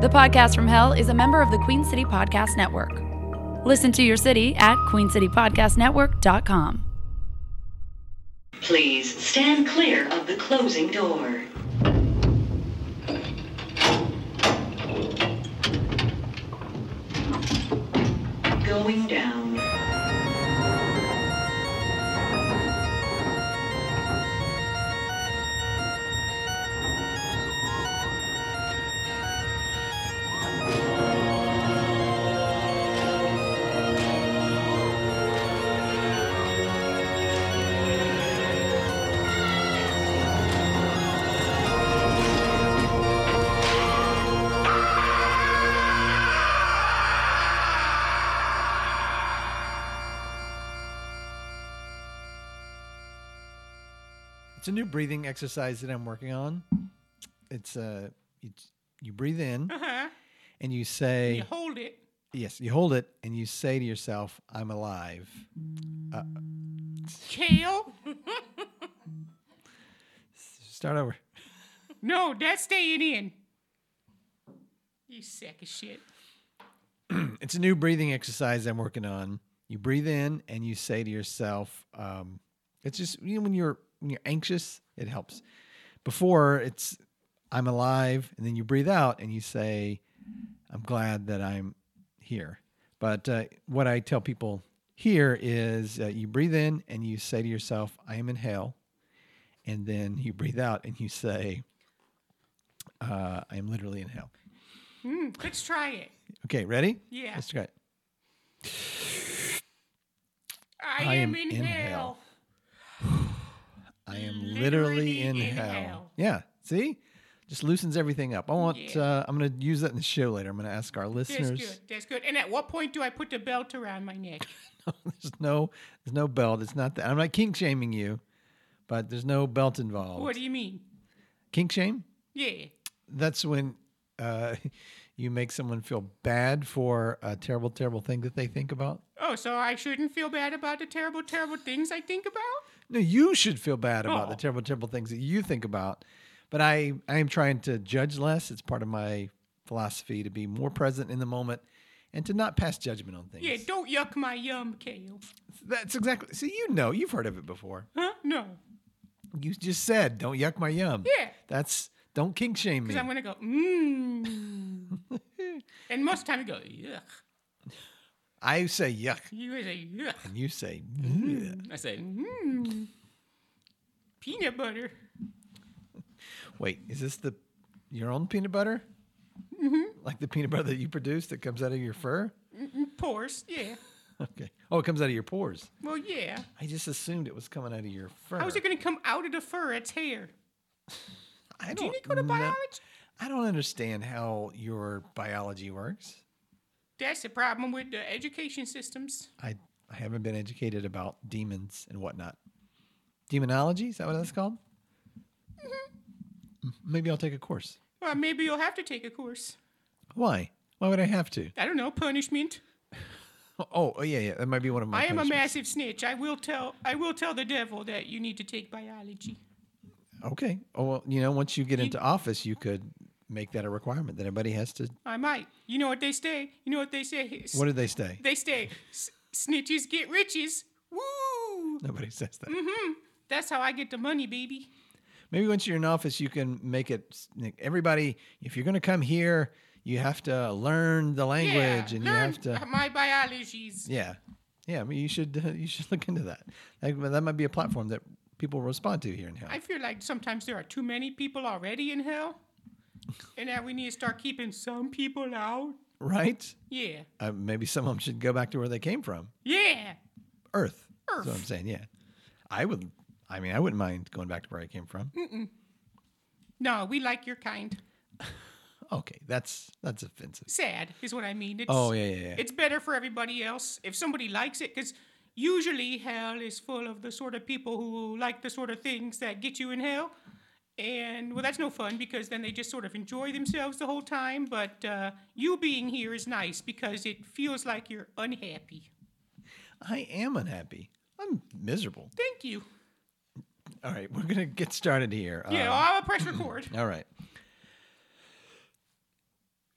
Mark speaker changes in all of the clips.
Speaker 1: The Podcast from Hell is a member of the Queen City Podcast Network. Listen to your city at queencitypodcastnetwork.com.
Speaker 2: Please stand clear of the closing door. Going down.
Speaker 3: It's a new breathing exercise that I'm working on. It's uh, you, you breathe in
Speaker 4: Uh-huh.
Speaker 3: and you say,
Speaker 4: You hold it.
Speaker 3: yes, you hold it and you say to yourself, I'm alive.
Speaker 4: Kale.
Speaker 3: Start over.
Speaker 4: no, that's staying in. You sack of shit.
Speaker 3: It's a new breathing exercise I'm working on. You breathe in and you say to yourself, um, it's just you know, when you're when you're anxious, it helps. Before it's I'm alive, and then you breathe out and you say, I'm glad that I'm here. But uh, what I tell people here is uh, you breathe in and you say to yourself, I am in hell. And then you breathe out and you say, uh, I am literally in hell.
Speaker 4: Mm, let's try it.
Speaker 3: Okay, ready?
Speaker 4: Yeah.
Speaker 3: Let's try it.
Speaker 4: I,
Speaker 3: I
Speaker 4: am,
Speaker 3: am
Speaker 4: in,
Speaker 3: in
Speaker 4: hell.
Speaker 3: I am
Speaker 4: Literally
Speaker 3: literally in,
Speaker 4: in
Speaker 3: hell.
Speaker 4: hell.
Speaker 3: Yeah. See? Just loosens everything up. I want
Speaker 4: Yeah.
Speaker 3: uh, I'm gonna use that in the show later. I'm gonna ask our
Speaker 4: That's
Speaker 3: listeners.
Speaker 4: good. That's good. And at what point do I put the belt around my neck?
Speaker 3: there's no there's no belt. It's not that I'm not kink shaming you, but there's no belt involved.
Speaker 4: What do you mean?
Speaker 3: kink shame?
Speaker 4: Yeah.
Speaker 3: That's when uh, you make someone feel bad for a terrible, terrible thing that they think about.
Speaker 4: Oh, so I shouldn't feel bad about the terrible, terrible things I think about?
Speaker 3: No, you should feel bad about the
Speaker 4: Oh.
Speaker 3: terrible, terrible things that you think about. But I, I am trying to judge less. It's part of my philosophy to be more present in the moment and to not pass judgment on things.
Speaker 4: Yeah, don't yuck my yum, Kale.
Speaker 3: That's exactly. See, you know, you've heard of it before.
Speaker 4: Huh? No.
Speaker 3: You just said, "Don't yuck my yum."
Speaker 4: Yeah.
Speaker 3: That's don't kink shame me.
Speaker 4: Because I'm going to go, mmm. and most time you go, yuck.
Speaker 3: I say yuck,
Speaker 4: You say, yuck.
Speaker 3: and you say. "Ugh."
Speaker 4: I say, mmm. Peanut butter.
Speaker 3: Wait, is this the your own peanut butter? Mm-hmm. Like the peanut butter that you produce that comes out of your fur?
Speaker 4: Pores, yeah.
Speaker 3: Okay. Oh, it comes out of your pores.
Speaker 4: Well, yeah.
Speaker 3: I just assumed it was coming out of your fur.
Speaker 4: How's it going to come out of the fur? It's hair.
Speaker 3: I
Speaker 4: Do you
Speaker 3: don't
Speaker 4: need to go to
Speaker 3: kno-
Speaker 4: biology?
Speaker 3: I don't understand how your biology works.
Speaker 4: That's the problem with the education systems.
Speaker 3: I, I haven't been educated about demons and whatnot. Demonology is that what that's called?
Speaker 4: Mm-hmm.
Speaker 3: M- Maybe I'll take a course.
Speaker 4: Well, maybe you'll have to take a course.
Speaker 3: Why? Why would I have to?
Speaker 4: I don't know, punishment.
Speaker 3: Oh, oh yeah, yeah. That might be one of my.
Speaker 4: I am a
Speaker 3: punishments.
Speaker 4: massive snitch. I will tell I will tell the devil that you need to take biology.
Speaker 3: Okay. Oh well, you know, once you get into office, you could make that a requirement that everybody has to.
Speaker 4: I might. You know what they say? You know what they say? S-
Speaker 3: What did they say?
Speaker 4: They say "S- snitches get riches. Woo! Mm-hmm.
Speaker 3: Nobody says that.
Speaker 4: That's how I get the money, baby.
Speaker 3: Maybe once you're in office, you can make it s- like, everybody. If you're going to come here, you have to learn the language, and you
Speaker 4: learn
Speaker 3: have to.
Speaker 4: my biologies.
Speaker 3: Yeah, yeah. I mean, you should you should look into that. That, that might be a platform that people respond to here in hell.
Speaker 4: I feel like sometimes there are too many people already in hell, and that we need to start keeping some people out.
Speaker 3: right?
Speaker 4: Yeah,
Speaker 3: Uh, maybe some of them should go back to where they came from,
Speaker 4: yeah.
Speaker 3: Earth. That's what I'm
Speaker 4: Earth.
Speaker 3: saying. Yeah, I would. I mean, I wouldn't mind going back to where I came from.
Speaker 4: Mm. No, we like your kind.
Speaker 3: Okay, that's that's offensive.
Speaker 4: Sad is what I mean. It's,
Speaker 3: Oh yeah, yeah, yeah.
Speaker 4: It's better for everybody else if somebody likes it, because usually hell is full of the sort of people who like the sort of things that get you in hell. And well, that's no fun because then they just sort of enjoy themselves the whole time. But uh, you being here is nice because it feels like you're unhappy.
Speaker 3: I am unhappy. I'm miserable.
Speaker 4: Thank you.
Speaker 3: All right, we're gonna get Uh. started here.
Speaker 4: Yeah,
Speaker 3: Um,
Speaker 4: I'll press record.
Speaker 3: All right.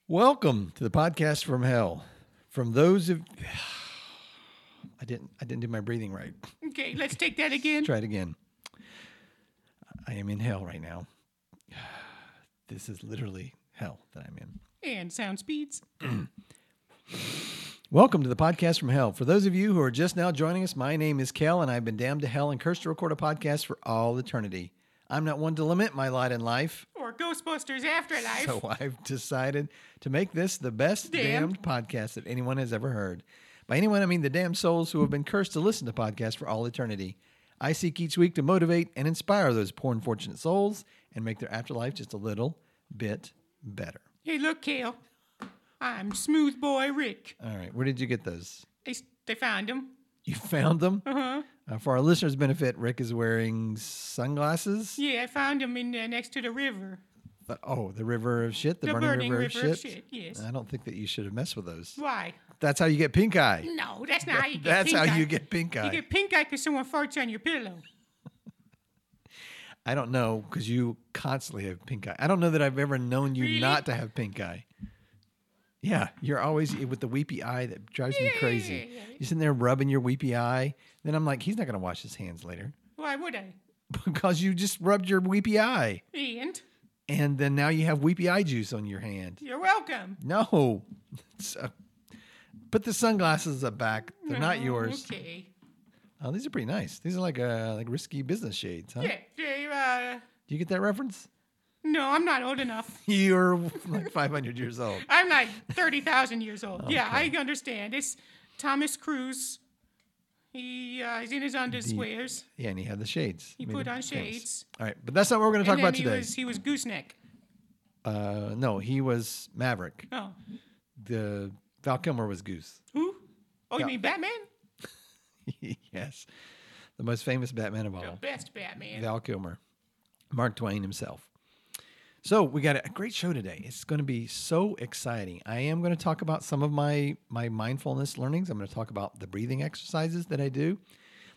Speaker 3: Welcome to the podcast from hell. From those of I didn't I didn't do my breathing right.
Speaker 4: Okay, let's take that again.
Speaker 3: Try it again. I am in hell right now. This is literally hell that I'm in.
Speaker 4: And sound speeds.
Speaker 3: Welcome to the podcast from hell. For those of you who are just now joining us, my name is Kel, and I've been damned to hell and cursed to record a podcast for all eternity. I'm not one to limit my lot in life,
Speaker 4: Or Ghostbusters Afterlife.
Speaker 3: so I've decided to make this the best damned.
Speaker 4: Damned.
Speaker 3: podcast that anyone has ever heard. By anyone, I mean the damned souls who have been cursed to listen to podcasts for all eternity. I seek each week to motivate and inspire those poor, unfortunate souls and make their afterlife just a little bit better.
Speaker 4: hey, look, Kale. I'm Smooth Boy Rick.
Speaker 3: All right, where did you get those?
Speaker 4: They, s- they found him.
Speaker 3: You found them?
Speaker 4: Uh-huh.
Speaker 3: Uh, for our listeners' benefit, Rick is wearing sunglasses.
Speaker 4: Yeah, I found him in uh, next to the river.
Speaker 3: Uh, oh, the river of shit, the,
Speaker 4: The
Speaker 3: burning,
Speaker 4: burning
Speaker 3: river,
Speaker 4: river
Speaker 3: of
Speaker 4: of
Speaker 3: shit. Uh,
Speaker 4: shit, yes.
Speaker 3: I don't think that you should have messed with those.
Speaker 4: Why?
Speaker 3: That's how you get pink eye.
Speaker 4: No, that's not how you get
Speaker 3: That's
Speaker 4: pink
Speaker 3: how
Speaker 4: eye.
Speaker 3: you get pink eye.
Speaker 4: You get pink eye because someone farts on your pillow.
Speaker 3: I don't know because you constantly have pink eye. I don't know that I've ever known you
Speaker 4: Really?
Speaker 3: not to have pink eye. Yeah, you're always e, with the weepy eye that drives me crazy.
Speaker 4: Yeah.
Speaker 3: You're sitting there rubbing your weepy eye. Then I'm like, he's not going to wash his hands later
Speaker 4: Why would I?
Speaker 3: because you just rubbed your weepy eye.
Speaker 4: And
Speaker 3: And then now you have weepy eye juice on your hand.
Speaker 4: you're welcome.
Speaker 3: No. It's, uh, put the sunglasses up back. They're not
Speaker 4: Oh,
Speaker 3: yours.
Speaker 4: Okay.
Speaker 3: Oh, these are pretty nice. These are like uh, like risky business shades, huh?
Speaker 4: Yeah. they, uh,
Speaker 3: Do you get that reference?
Speaker 4: no, I'm not old enough.
Speaker 3: You're like 500 years old.
Speaker 4: I'm like 30,000 years old. Yeah, I understand. It's Thomas Cruise. He, uh, he's in his underswears.
Speaker 3: Yeah, and he had the shades.
Speaker 4: He
Speaker 3: Made
Speaker 4: put
Speaker 3: him
Speaker 4: on
Speaker 3: famous.
Speaker 4: shades.
Speaker 3: All right, but that's not what we're going to talk
Speaker 4: and then
Speaker 3: about
Speaker 4: he
Speaker 3: today.
Speaker 4: was, he was gooseneck.
Speaker 3: Uh, no, he was Maverick.
Speaker 4: Oh.
Speaker 3: The Val Kilmer was Goose.
Speaker 4: Who? Oh,
Speaker 3: Yeah.
Speaker 4: you mean Batman?
Speaker 3: yes, the most famous Batman of all.
Speaker 4: The best Batman.
Speaker 3: Val Kilmer, Mark Twain himself. So we got a great show today. It's going to be so exciting. I am going to talk about some of my my mindfulness learnings. I'm going to talk about the breathing exercises that I do.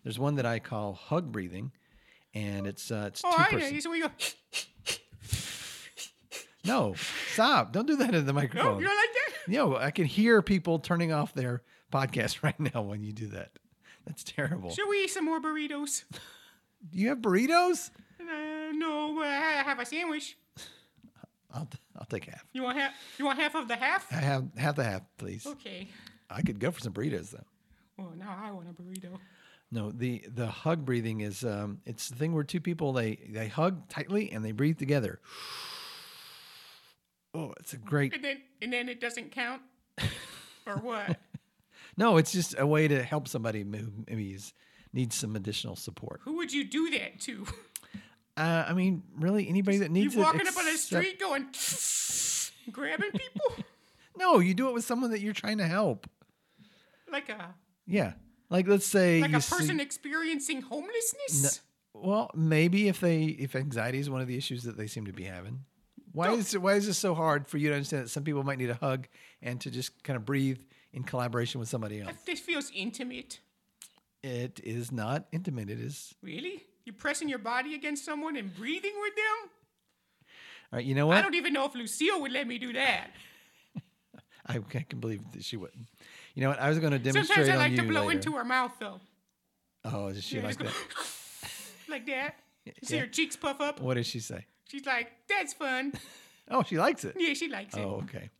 Speaker 3: There's one that I call hug breathing, and it's uh, it's two
Speaker 4: Oh, I know.
Speaker 3: person.
Speaker 4: He's where you go,
Speaker 3: No, stop! Don't do that in the
Speaker 4: oh,
Speaker 3: microphone.
Speaker 4: you're like that?
Speaker 3: No, I can hear people turning off their podcast right now when you do that. That's terrible.
Speaker 4: Should we eat some more burritos?
Speaker 3: Do you have burritos?
Speaker 4: Uh, no, uh, I have a sandwich.
Speaker 3: I'll, t- I'll take half.
Speaker 4: You want half? You want half of the half?
Speaker 3: I have half the half, please.
Speaker 4: Okay.
Speaker 3: I could go for some burritos though.
Speaker 4: Well, now I want a burrito.
Speaker 3: No, the the hug breathing is um, it's the thing where two people they they hug tightly and they breathe together. Oh, it's a great.
Speaker 4: And then, and then it doesn't count, or what?
Speaker 3: No, it's just a way to help somebody who maybe is, needs some additional support.
Speaker 4: Who would you do that to?
Speaker 3: Uh, I mean, really, anybody that needs
Speaker 4: you
Speaker 3: it,
Speaker 4: walking up on the
Speaker 3: except-
Speaker 4: street going, grabbing people
Speaker 3: No, you do it with someone that you're trying to help.
Speaker 4: like a
Speaker 3: Yeah, like let's say
Speaker 4: like
Speaker 3: you
Speaker 4: a person
Speaker 3: See,
Speaker 4: experiencing homelessness.
Speaker 3: well, maybe if they if anxiety is one of the issues that they seem to be having. Why is why is this so hard for you to understand that some people might need a hug and to just kind of breathe in collaboration with somebody else?
Speaker 4: That- This feels intimate.
Speaker 3: It is not intimate. It is.
Speaker 4: Really? You're pressing your body against someone and breathing with them?
Speaker 3: All right. You know
Speaker 4: I
Speaker 3: what?
Speaker 4: don't even know if Lucille would let me do that.
Speaker 3: I, I can believe that she wouldn't. You know what? I was going to demonstrate
Speaker 4: Sometimes I
Speaker 3: on
Speaker 4: like
Speaker 3: you
Speaker 4: to blow
Speaker 3: later.
Speaker 4: into her mouth though.
Speaker 3: Oh, is she
Speaker 4: Yeah,
Speaker 3: like
Speaker 4: just
Speaker 3: that?
Speaker 4: go like that. You see her cheeks puff up.
Speaker 3: What does she say?
Speaker 4: She's like, "That's fun."
Speaker 3: Oh, she likes it.
Speaker 4: Yeah, she likes it.
Speaker 3: Oh, okay.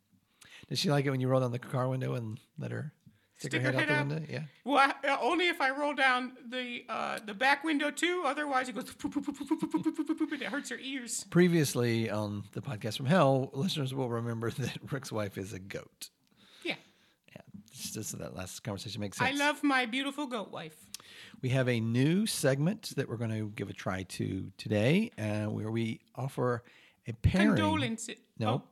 Speaker 3: Does she like it when you roll down the car window and let her stick, her
Speaker 4: Stick
Speaker 3: head
Speaker 4: her
Speaker 3: out the
Speaker 4: head out.
Speaker 3: window? Yeah.
Speaker 4: Well, I- uh, only if I roll down the uh, the back window too. Otherwise, it goes poop, poop, poop, poop, poop, poop, poop, poop, poop, and it hurts her ears.
Speaker 3: Previously on the podcast from hell, listeners will remember that Rick's wife is a goat.
Speaker 4: Yeah,
Speaker 3: Yeah. Just just so that last conversation makes sense.
Speaker 4: I love my beautiful goat wife.
Speaker 3: We have a new segment that we're going to give a try to today, uh, where we offer a pairing.
Speaker 4: Condolence.
Speaker 3: No,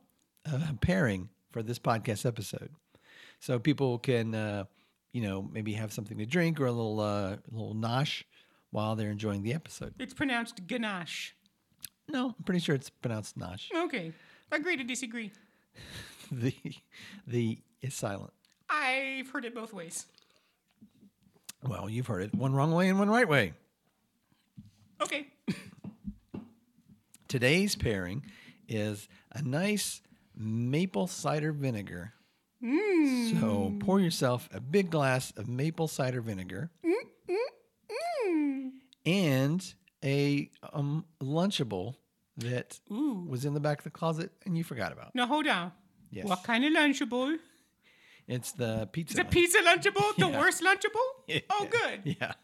Speaker 4: Oh.
Speaker 3: uh, a pairing for this podcast episode, so people can, uh, you know, maybe have something to drink or a little, uh, a little nosh while they're enjoying the episode.
Speaker 4: it's pronounced ganache.
Speaker 3: No, I'm pretty sure it's pronounced nosh.
Speaker 4: Okay, agree to disagree.
Speaker 3: the the is silent.
Speaker 4: I've heard it both ways.
Speaker 3: Well, you've heard it one wrong way and one right way.
Speaker 4: Okay,
Speaker 3: Today's pairing is a nice maple cider vinegar.
Speaker 5: Mm.
Speaker 3: So pour yourself a big glass of maple cider vinegar and a um, Lunchable that
Speaker 5: Ooh.
Speaker 3: was in the back of the closet and you forgot about.
Speaker 5: Now hold on.
Speaker 3: Yes.
Speaker 5: What kind of lunchable?
Speaker 3: It's the pizza.
Speaker 5: Is a
Speaker 3: Lunch-
Speaker 5: pizza lunchable the worst lunchable?
Speaker 3: Yeah.
Speaker 5: Oh, good.
Speaker 3: Yeah.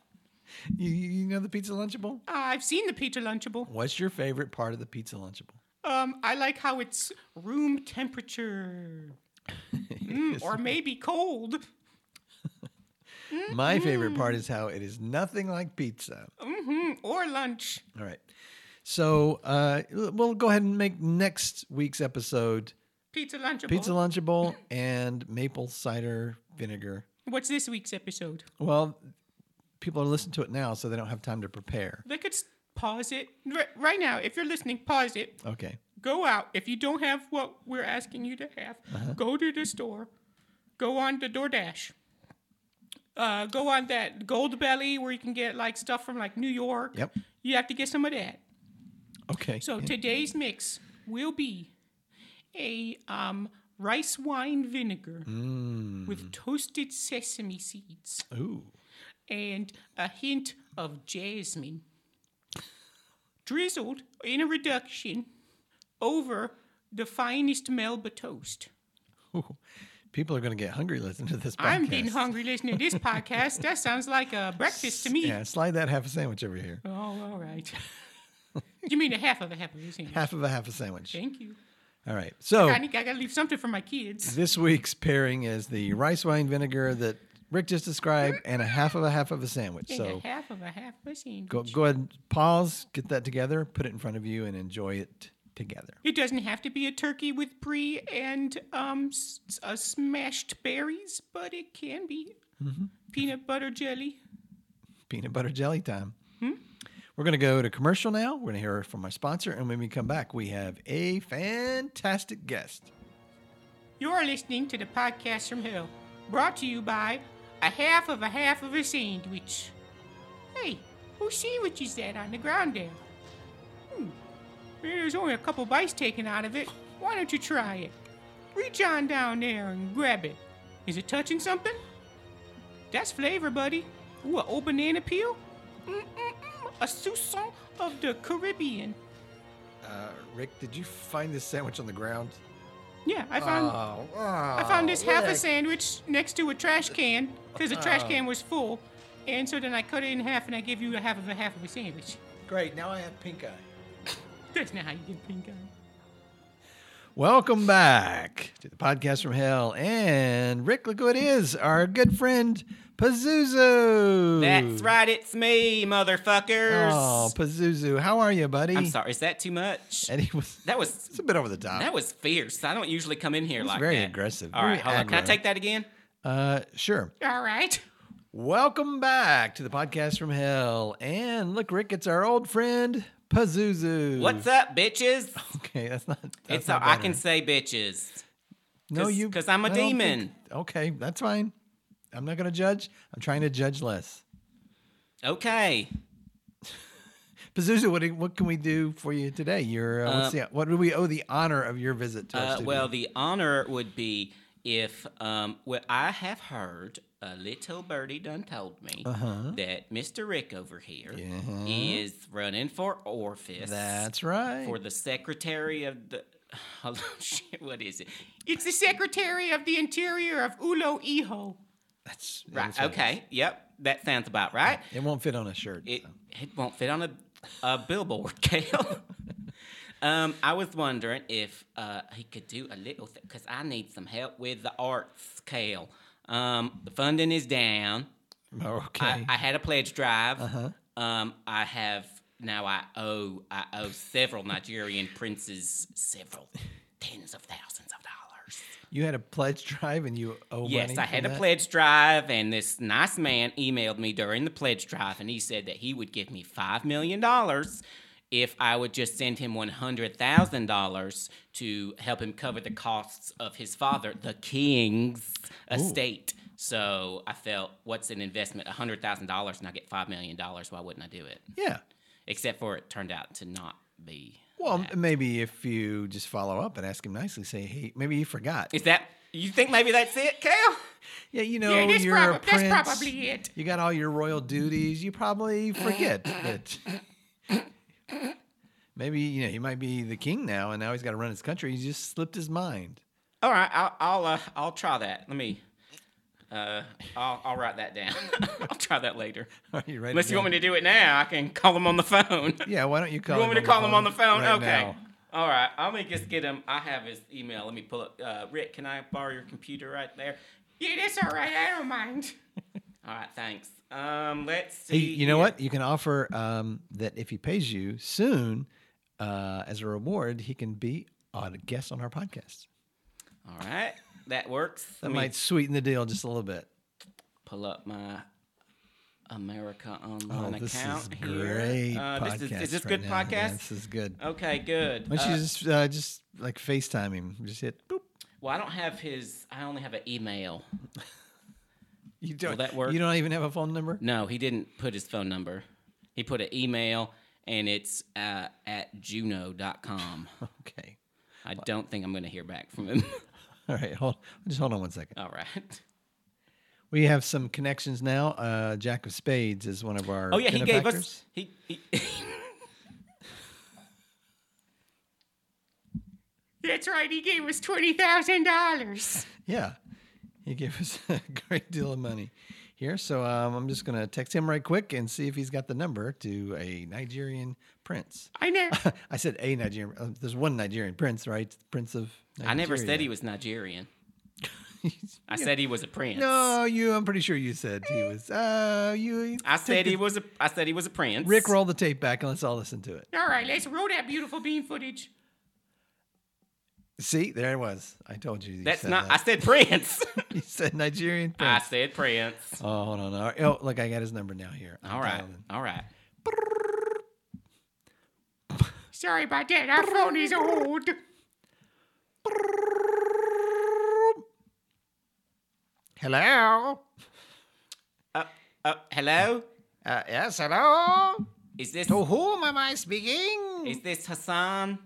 Speaker 3: You, you you know the pizza Lunchable?
Speaker 5: Uh, I've seen the pizza lunchable.
Speaker 3: What's your favorite part of the pizza Lunchable?
Speaker 5: Um, I like how it's room temperature, Mm, or maybe cold.
Speaker 3: My favorite part is how it is nothing like pizza.
Speaker 5: Mm, or lunch.
Speaker 3: All right. So uh, we'll go ahead and make next week's episode
Speaker 5: Pizza lunchable.
Speaker 3: pizza lunchable and maple cider vinegar.
Speaker 5: What's this week's episode?
Speaker 3: Well, people are listening to it now, so they don't have time to prepare.
Speaker 5: They could s- pause it R- right now. If you're listening, pause it.
Speaker 3: Okay.
Speaker 5: Go out. If you don't have what we're asking you to have,
Speaker 3: Uh-huh.
Speaker 5: go to the store. Go on to DoorDash. Uh, go on that Gold Belly where you can get like stuff from like New York.
Speaker 3: Yep.
Speaker 5: You have to get some of that.
Speaker 3: Okay.
Speaker 5: So today's mix will be a um, rice wine vinegar
Speaker 3: Mm.
Speaker 5: with toasted sesame seeds
Speaker 3: Ooh.
Speaker 5: and a hint of jasmine drizzled in a reduction over the finest Melba toast.
Speaker 3: Ooh. People are going to get hungry listening to this podcast.
Speaker 5: I'm getting hungry listening to this podcast. That sounds like a breakfast to me.
Speaker 3: Yeah, slide that half a sandwich over here.
Speaker 5: Oh, all right. you mean a half of a half of a sandwich?
Speaker 3: Half Oh. of a half a sandwich.
Speaker 5: Thank you.
Speaker 3: All right. So
Speaker 5: I, need, I gotta leave something for my kids.
Speaker 3: this week's pairing is the rice wine vinegar that Rick just described and a half of a half of a sandwich.
Speaker 5: And
Speaker 3: So
Speaker 5: a half of a half of a sandwich.
Speaker 3: go, go ahead and pause, get that together, put it in front of you, and enjoy it together.
Speaker 5: It doesn't have to be a turkey with brie and um, s- s- uh, smashed berries, but it can be
Speaker 3: Mm-hmm.
Speaker 5: peanut butter jelly.
Speaker 3: peanut butter jelly time.
Speaker 5: Hmm?
Speaker 3: We're going to go to commercial now. We're going to hear from our sponsor. And when we come back, we have a fantastic guest.
Speaker 5: You're listening to the podcast from hell, brought to you by a half of a half of a sandwich. Hey, whose sandwich is that on the ground there? Hmm. There's only a couple bites taken out of it. Why don't you try it? Reach on down there and grab it. Is it touching something? That's flavor, buddy. Ooh, a old banana peel? Mm-mm-mm, a sousson of the Caribbean.
Speaker 3: Uh, Rick, did you find this sandwich on the ground?
Speaker 5: Yeah, I found.
Speaker 3: oh,
Speaker 5: I found this half a
Speaker 3: Rick.
Speaker 5: sandwich next to a trash can because the
Speaker 4: Oh.
Speaker 5: trash can was full. And so then I cut it in half and I give you a half of a half of a sandwich.
Speaker 3: Great. Now I have pink eye.
Speaker 5: That's not how you get pink eye.
Speaker 3: Welcome back to the podcast from hell. And Rick, look who it is our good friend, Pazuzu.
Speaker 4: That's right, it's me, motherfuckers.
Speaker 3: Oh, Pazuzu. How are you, buddy?
Speaker 4: I'm sorry, is that too much?
Speaker 3: And he was,
Speaker 4: That was
Speaker 3: it's a bit over the top.
Speaker 4: that was fierce. I don't usually come in here
Speaker 3: was
Speaker 4: like
Speaker 3: very
Speaker 4: that.
Speaker 3: aggressive,
Speaker 4: All
Speaker 3: very
Speaker 4: right, hold on. Can I
Speaker 3: aggro.
Speaker 4: take that again?
Speaker 3: uh, sure.
Speaker 5: All right.
Speaker 3: Welcome back to the podcast from hell. And look, Rick, it's our old friend Pazuzu.
Speaker 4: What's up, bitches?
Speaker 3: Okay, that's not. That's
Speaker 4: it's all,
Speaker 3: not
Speaker 4: I
Speaker 3: better.
Speaker 4: can say bitches.
Speaker 3: No,
Speaker 4: 'cause-
Speaker 3: you.
Speaker 4: 'cause I'm a
Speaker 3: I don't think-
Speaker 4: demon.
Speaker 3: okay, that's fine. I'm not going to judge. I'm trying to judge less.
Speaker 4: Okay.
Speaker 3: Pazuzu, what, do- what can we do for you today? Your uh, what's the, what do we owe the honor of your visit to? our
Speaker 4: Uh,
Speaker 3: studio?
Speaker 4: well, the honor would be if um, well, I have heard a little birdie done told me
Speaker 3: Uh-huh.
Speaker 4: that Mr. Rick over here is running for office.
Speaker 3: that's right.
Speaker 4: for the secretary of the. Hold on, shit, what is it?
Speaker 5: It's the Secretary of the Interior of Ulo Iho.
Speaker 3: that's yeah,
Speaker 4: Right.
Speaker 3: that's what it
Speaker 4: okay. Yep. That sounds about right.
Speaker 3: is. It won't fit on a shirt.
Speaker 4: It
Speaker 3: so.
Speaker 4: it won't fit on a a billboard, Kale. um, I was wondering if uh he could do a little because I need some help with the arts, Kale. Um, the funding is down.
Speaker 3: Oh, okay. Uh-huh.
Speaker 4: I, I had a pledge drive. Um, I have now. I owe I owe several Nigerian princes several tens of thousands of dollars.
Speaker 3: you had a pledge drive and you owe money.
Speaker 4: Yes, I
Speaker 3: for
Speaker 4: had a
Speaker 3: that?
Speaker 4: pledge drive, and this nice man emailed me during the pledge drive, and he said that he would give me $5 million if I would just send him $100,000 to help him cover the costs of his father, the king's estate. So I felt, what's an investment? $100,000 and I get $5 million. Why wouldn't I do it?
Speaker 3: Yeah.
Speaker 4: Except for it turned out to not be.
Speaker 3: Well, m- maybe if you just follow up and ask him nicely, say, "Hey, maybe you forgot."
Speaker 4: Is that you think maybe that's it, Kale?
Speaker 3: yeah, you know,
Speaker 5: yeah, that's,
Speaker 3: you're a
Speaker 5: prob-
Speaker 3: prince.
Speaker 5: that's probably it.
Speaker 3: You got all your royal duties. You probably forget that. Maybe you know he might be the king now, and now he's got to run his country. He just slipped his mind.
Speaker 4: All right, I'll I'll uh, I'll try that. Let me. Uh, I'll, I'll write that down. I'll try that later.
Speaker 3: Are you ready?
Speaker 4: Unless you want me to do it now, I can call him on the phone.
Speaker 3: Yeah, why don't you call?
Speaker 4: You want me
Speaker 3: him
Speaker 4: to call him on the phone?
Speaker 3: right
Speaker 4: okay.
Speaker 3: now?
Speaker 4: All right. I'm gonna just get him. I have his email. Let me pull up. Uh, Rick, can I borrow your computer right there?
Speaker 5: Yeah, that's all right. I don't mind.
Speaker 4: All right. Thanks. Um, let's
Speaker 3: Hey,
Speaker 4: see.
Speaker 3: you know
Speaker 4: here.
Speaker 3: what? You can offer um, that if he pays you soon, uh, as a reward, he can be on a guest on our podcast.
Speaker 4: All right. That works.
Speaker 3: That
Speaker 4: Let me
Speaker 3: might sweeten the deal just a little bit.
Speaker 4: pull up my America Online
Speaker 3: oh, this is
Speaker 4: account here.
Speaker 3: great.
Speaker 4: Uh,
Speaker 3: podcast
Speaker 4: this is, is this
Speaker 3: right
Speaker 4: good
Speaker 3: now. Yeah,
Speaker 4: podcast?
Speaker 3: this is good.
Speaker 4: Okay, good.
Speaker 3: Why don't
Speaker 4: Uh,
Speaker 3: you just uh, just like FaceTime him? Just hit boop.
Speaker 4: well, I don't have his. I only have an email.
Speaker 3: You don't.
Speaker 4: that work?
Speaker 3: You don't even have a phone number.
Speaker 4: No, he didn't put his phone number. He put an email, and it's uh, at juno.com.
Speaker 3: Okay.
Speaker 4: I don't think I'm going to hear back from him.
Speaker 3: All right. Hold. Just hold on one second.
Speaker 4: All right.
Speaker 3: We have some connections now. Uh, Jack of Spades is one of our.
Speaker 4: Oh yeah, he gave
Speaker 3: benefactors.
Speaker 4: us. He, he
Speaker 5: That's right. He gave us twenty thousand dollars.
Speaker 3: Yeah, he gave us a great deal of money here. So um, I'm just gonna text him right quick and see if he's got the number to a Nigerian prince.
Speaker 5: I know.
Speaker 3: I said a Nigerian. Uh, there's one Nigerian prince, right? Prince of. Nigeria.
Speaker 4: I never said he was Nigerian. I said he was a prince.
Speaker 3: No, you. I'm pretty sure you said he was. Uh, you.
Speaker 4: I
Speaker 3: take
Speaker 4: said
Speaker 3: the-
Speaker 4: he was a. I said he was a prince.
Speaker 3: Rick, roll the tape back and let's all listen to it.
Speaker 5: All right, let's roll that beautiful bean footage.
Speaker 3: See, there it was. I told you. you
Speaker 4: That's
Speaker 3: said
Speaker 4: not.
Speaker 3: That.
Speaker 4: I said prince.
Speaker 3: you said Nigerian
Speaker 4: I
Speaker 3: prince.
Speaker 4: said prince.
Speaker 3: Oh, hold on. All right. Oh, look, I got his number now here. I'm
Speaker 4: All right.
Speaker 3: dialed in.
Speaker 4: All right.
Speaker 5: Sorry about that. Our phone is old.
Speaker 3: Hello.
Speaker 4: Uh, uh, hello.
Speaker 3: Uh, yes, hello.
Speaker 4: Is this
Speaker 3: To whom am I speaking?
Speaker 4: is this Hassan?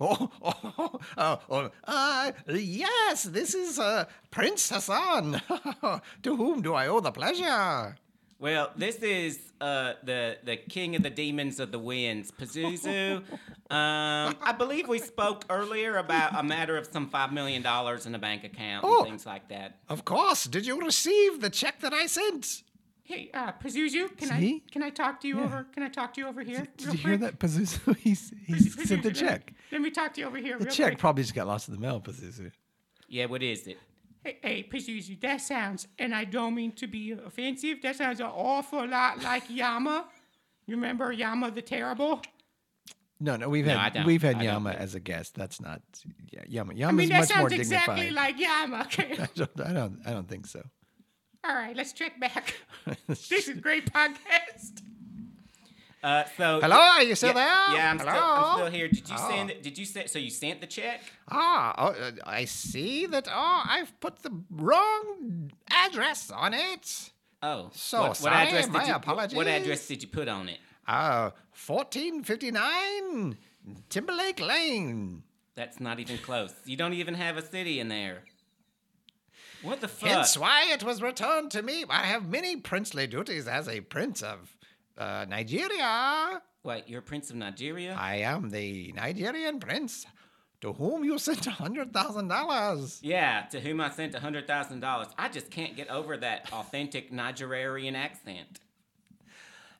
Speaker 3: Oh, oh, oh, oh, oh, uh, yes, this is uh, Prince Hassan. to whom do I owe the pleasure?
Speaker 4: Well, this is uh, the the king of the demons of the winds, Pazuzu. um, I believe we spoke earlier about a matter of some five million dollars in a bank account
Speaker 3: Oh.
Speaker 4: and things like that.
Speaker 3: Of course. Did you receive the check that I sent?
Speaker 5: Hey, uh, Pazuzu, can
Speaker 3: See?
Speaker 5: I can I talk to you
Speaker 3: Yeah.
Speaker 5: over? Can I talk to you over here?
Speaker 3: Did
Speaker 5: real
Speaker 3: you hear that,
Speaker 5: quick?
Speaker 3: Pazuzu? He's,
Speaker 5: Pazuzu,
Speaker 3: he's sent the
Speaker 5: let me-
Speaker 3: check.
Speaker 5: Let me talk to you over here.
Speaker 3: The
Speaker 5: real
Speaker 3: check
Speaker 5: quick.
Speaker 3: probably just got lost in the mail, Pazuzu.
Speaker 4: Yeah, what is it?
Speaker 5: Hey, hey, Pazuzu, that sounds, and I don't mean to be offensive, that sounds an awful lot like Yama. You remember Yama the Terrible?
Speaker 3: No, no, we've
Speaker 4: I
Speaker 3: had
Speaker 4: don't.
Speaker 3: we've had
Speaker 4: I don't
Speaker 3: Yama
Speaker 4: think-
Speaker 3: as a guest. That's not yeah, Yama.
Speaker 5: I
Speaker 3: Yama's
Speaker 5: mean, that
Speaker 3: much more
Speaker 5: sounds exactly
Speaker 3: dignified.
Speaker 5: like Yama.
Speaker 3: I don't, I don't I don't think so.
Speaker 5: All right, let's check back. this is great podcast.
Speaker 4: Uh, so
Speaker 3: Hello, are you still
Speaker 4: Yeah,
Speaker 3: there?
Speaker 4: yeah, I'm still, I'm
Speaker 3: Hello?
Speaker 4: still here. Did you
Speaker 3: Oh.
Speaker 4: send? Did you send? So you sent the check?
Speaker 3: Ah, oh, uh, I see that. Oh, I've put the wrong address on it.
Speaker 4: Oh,
Speaker 3: So
Speaker 4: what, what
Speaker 3: sorry,
Speaker 4: address did
Speaker 3: my
Speaker 4: you, what- What address
Speaker 3: apologies.
Speaker 4: did you put on it?
Speaker 3: Uh, 1459 Timberlake Lane.
Speaker 4: That's not even close. You don't even have a city in there. What the fuck?
Speaker 3: Hence why it was returned to me. I have many princely duties as a prince of uh, Nigeria.
Speaker 4: Wait, you're Prince of Nigeria?
Speaker 3: I am the Nigerian prince to whom you sent $100,000.
Speaker 4: Yeah, to whom I sent $100,000. I just can't get over that authentic Nigerian accent.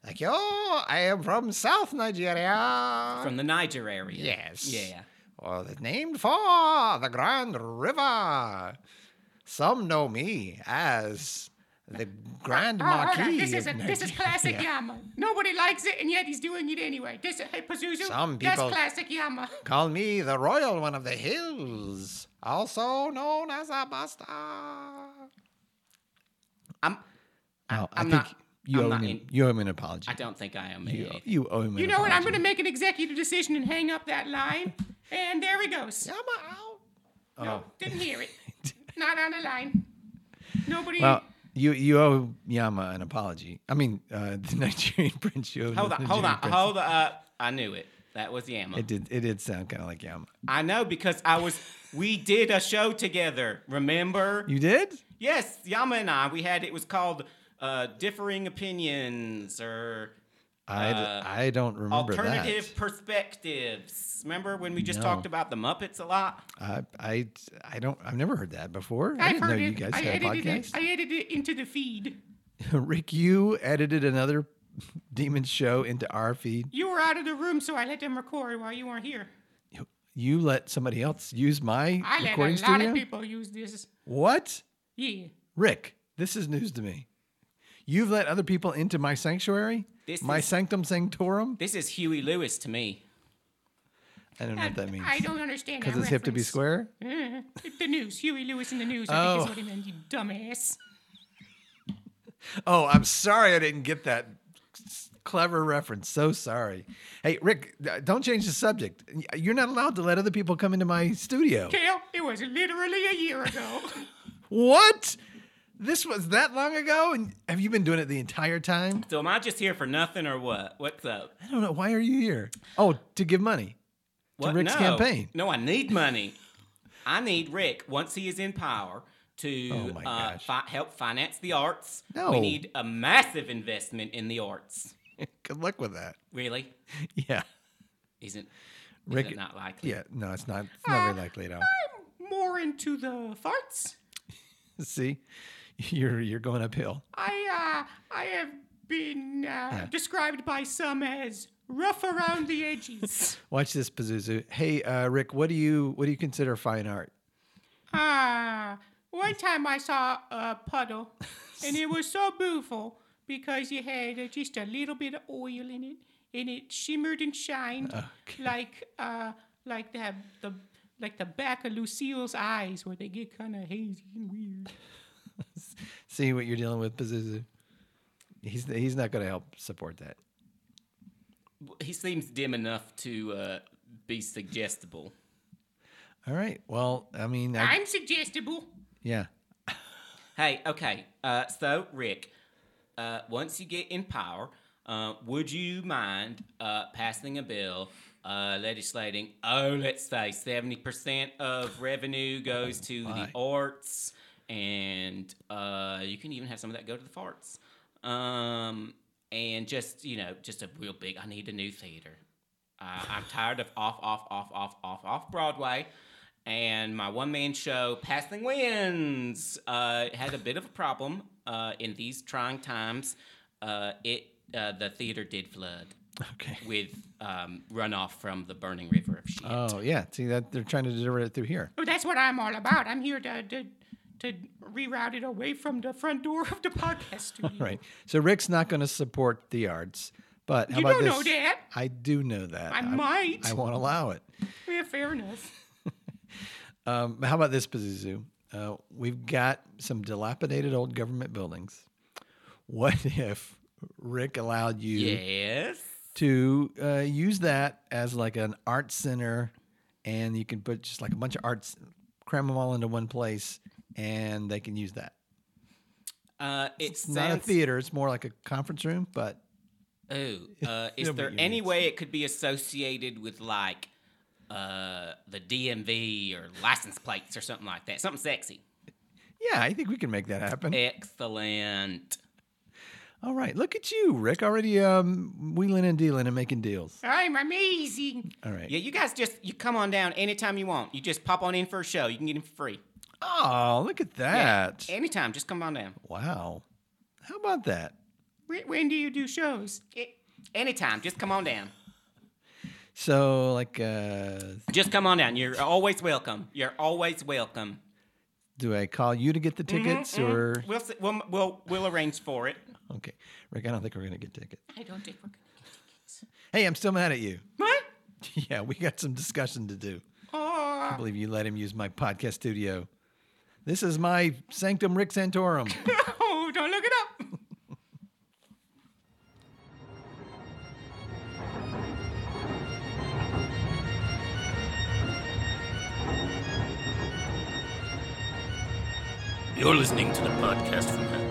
Speaker 3: Thank you. I am from South Nigeria.
Speaker 4: From the Niger area.
Speaker 3: Yes.
Speaker 4: Yeah.
Speaker 3: Well, it's named for the Grand River. Some know me as the Grand
Speaker 5: Oh, hold
Speaker 3: Marquis.
Speaker 5: on. This
Speaker 3: of
Speaker 5: is, a, this is
Speaker 3: Nigeria.
Speaker 5: classic Yama. Nobody likes it, and yet he's doing it anyway. This, hey, Pazuzu,
Speaker 3: Some people-
Speaker 5: that's classic Yama.
Speaker 3: Call me the Royal One of the Hills, also known as a Buster. I'm,
Speaker 4: I'm, I'm
Speaker 3: think
Speaker 4: not-
Speaker 3: you
Speaker 4: I'm
Speaker 3: owe
Speaker 4: not
Speaker 3: him.
Speaker 4: in-
Speaker 3: you owe him an apology.
Speaker 4: I don't think I am.
Speaker 3: You,
Speaker 4: a-
Speaker 3: you owe him.
Speaker 5: You
Speaker 3: an
Speaker 5: know what? I'm
Speaker 3: apology.
Speaker 5: going to make an executive decision and hang up that line. And there he goes.
Speaker 3: Yeah, Oh. I'm out.
Speaker 5: No, didn't hear it. Not on the line. Nobody.
Speaker 3: Well, you you owe Yama an apology. I mean, uh, the Nigerian prince. You owe
Speaker 4: Hold
Speaker 3: the
Speaker 4: on, hold
Speaker 3: Nigerian
Speaker 4: on,
Speaker 3: prince.
Speaker 4: hold up. I knew it. That was Yama.
Speaker 3: It did. It did sound kind of like Yama.
Speaker 4: I know because I was. We did a show together. Remember?
Speaker 3: You did?
Speaker 4: Yes, Yama and I. We had it was called uh, differing opinions or
Speaker 3: I d-
Speaker 4: Uh,
Speaker 3: I don't remember
Speaker 4: alternative
Speaker 3: that.
Speaker 4: perspectives. Remember when we just
Speaker 3: No.
Speaker 4: talked about the Muppets a lot?
Speaker 3: I, I I don't. I've never heard that before. I
Speaker 5: I've
Speaker 3: didn't know
Speaker 5: heard
Speaker 3: you
Speaker 5: it.
Speaker 3: guys
Speaker 5: I
Speaker 3: had a
Speaker 5: edited it.
Speaker 3: podcast.
Speaker 5: I edited it into the feed.
Speaker 3: Rick, you edited another demon show into our feed.
Speaker 5: You were out of the room, so I let them record while you weren't here.
Speaker 3: You let somebody else use my
Speaker 5: I let a
Speaker 3: recording
Speaker 5: lot
Speaker 3: studio.
Speaker 5: of people use this.
Speaker 3: What?
Speaker 5: Yeah.
Speaker 3: Rick, this is news to me. You've let other people into my sanctuary,
Speaker 4: This
Speaker 3: my
Speaker 4: is-
Speaker 3: sanctum sanctorum.
Speaker 4: This is Huey Lewis to me.
Speaker 3: I don't know what that means.
Speaker 5: I don't understand.
Speaker 3: Because
Speaker 5: that
Speaker 3: it's hip to be
Speaker 5: reference.
Speaker 3: square.
Speaker 5: The news. Huey Lewis in the news. I think
Speaker 3: Oh.
Speaker 5: is what he meant. You dumbass.
Speaker 3: Oh, I'm sorry I didn't get that s- clever reference. So sorry. Hey, Rick, uh, don't change the subject. Y- You're not allowed to let other people come into my studio.
Speaker 5: Kale, it was literally a year ago.
Speaker 3: What? This was that long ago, and have you been doing it the entire time?
Speaker 4: So am I just here for nothing or what? What's up?
Speaker 3: I don't know. Why are you here? Oh, to give money.
Speaker 4: What?
Speaker 3: Rick's
Speaker 4: no.
Speaker 3: campaign.
Speaker 4: No, I need money. I need Rick once he is in power to
Speaker 3: Oh my
Speaker 4: uh,
Speaker 3: gosh.
Speaker 4: fi- help finance the arts.
Speaker 3: No.
Speaker 4: We need a massive investment in the arts.
Speaker 3: Good luck with that.
Speaker 4: Really?
Speaker 3: Yeah.
Speaker 4: Isn't Rick,
Speaker 3: Rick.
Speaker 4: not likely?
Speaker 3: Yeah. No, it's not. It's not very likely at all.
Speaker 5: More into the farts.
Speaker 3: See, you're you're going uphill.
Speaker 5: I uh, I have been uh, described by some as rough around the edges.
Speaker 3: Watch this, Pazuzu. Hey, uh, Rick, what do you what do you consider fine art?
Speaker 5: Ah, one time I saw a puddle, and it was so beautiful because you had uh, just a little bit of oil in it, and it shimmered and shined like uh, like the the like the back of Lucille's eyes, where they get kind of hazy and weird.
Speaker 3: See what you're dealing with, Pazuzu. He's he's not going to help support that.
Speaker 4: He seems dim enough to uh, be suggestible.
Speaker 3: All right. Well, I mean, I,
Speaker 5: I'm suggestible.
Speaker 3: yeah.
Speaker 4: Hey, okay. Uh, so, Rick, uh, once you get in power, uh, would you mind uh, passing a bill uh, legislating, oh, let's say 70% of revenue goes to
Speaker 3: my.
Speaker 4: the arts, and uh, you can even have some of that go to the farts. Um, and just, you know, just a real big, I need a new theater. Uh, I'm tired of off, off, off, off, off, off Broadway. And my one man show, Passing Winds, uh, had a bit of a problem uh, in these trying times. Uh, it uh, The theater did flood
Speaker 3: Okay.
Speaker 4: with um, runoff from the burning river of shit.
Speaker 3: Oh yeah. See that they're trying to deliver it through here.
Speaker 5: Oh, that's what I'm all about. I'm here to to, to reroute it away from the front door of the podcast studio.
Speaker 3: Right. Mm-hmm. So Rick's not going to support the arts, but how
Speaker 5: You
Speaker 3: about
Speaker 5: don't
Speaker 3: this?
Speaker 5: know that.
Speaker 3: I do know that.
Speaker 5: I might.
Speaker 3: I won't allow it.
Speaker 5: Yeah, fair enough.
Speaker 3: Um, how about this, Pazuzu? Uh, we've got some dilapidated old government buildings. What if Rick allowed you
Speaker 4: Yes.
Speaker 3: to uh, use that as like an art center, and you can put just like a bunch of arts, cram them all into one place, and they can use that.
Speaker 4: Uh, it
Speaker 3: It's not a
Speaker 4: sounds-
Speaker 3: theater; it's more like a conference room. But
Speaker 4: Ooh, uh, is
Speaker 3: Yeah, but
Speaker 4: there
Speaker 3: you
Speaker 4: any
Speaker 3: need
Speaker 4: way it could be associated with like uh, the DMV or license plates or something like that? Something sexy.
Speaker 3: yeah, I think we can make that happen.
Speaker 4: Excellent.
Speaker 3: All right, look at you, Rick. Already um, wheeling and dealing and making deals.
Speaker 5: I'm amazing.
Speaker 3: All right.
Speaker 4: Yeah, you guys just you come on down anytime you want. You just pop on in for a show. You can get in for free.
Speaker 3: Oh, look at that!
Speaker 4: Anytime, just come on down.
Speaker 3: Wow, how about that?
Speaker 5: Wh- When do you do shows?
Speaker 4: A- Anytime, just come on down.
Speaker 3: So like, uh,
Speaker 4: Just come on down. You're always welcome. You're always welcome.
Speaker 3: do I call you to get the tickets or?
Speaker 4: We'll s- we'll we'll, we'll arrange for it.
Speaker 3: Okay, Rick, I don't think we're gonna get tickets.
Speaker 5: I don't think we're gonna.
Speaker 3: Hey, I'm still mad at you.
Speaker 5: What?
Speaker 3: Yeah, we got some discussion to do. I
Speaker 5: Oh,
Speaker 3: believe you let him use my podcast studio. This is my sanctum Rick Santorum.
Speaker 5: oh, don't look it up.
Speaker 6: You're listening to the podcast from Hell,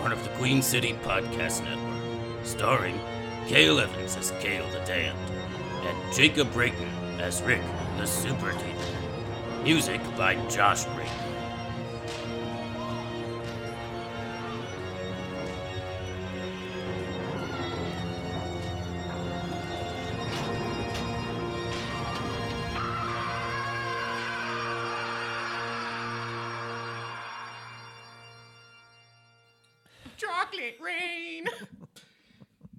Speaker 6: part of the Queen City Podcast Network, starring Gail Evans as Gail the Damned,
Speaker 4: and Jacob Brayton as Rick, the Super Demon. Music by Josh Brayton.
Speaker 5: Chocolate rain.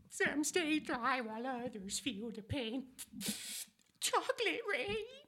Speaker 5: Some stay dry while others feel the pain. Chocolate rain.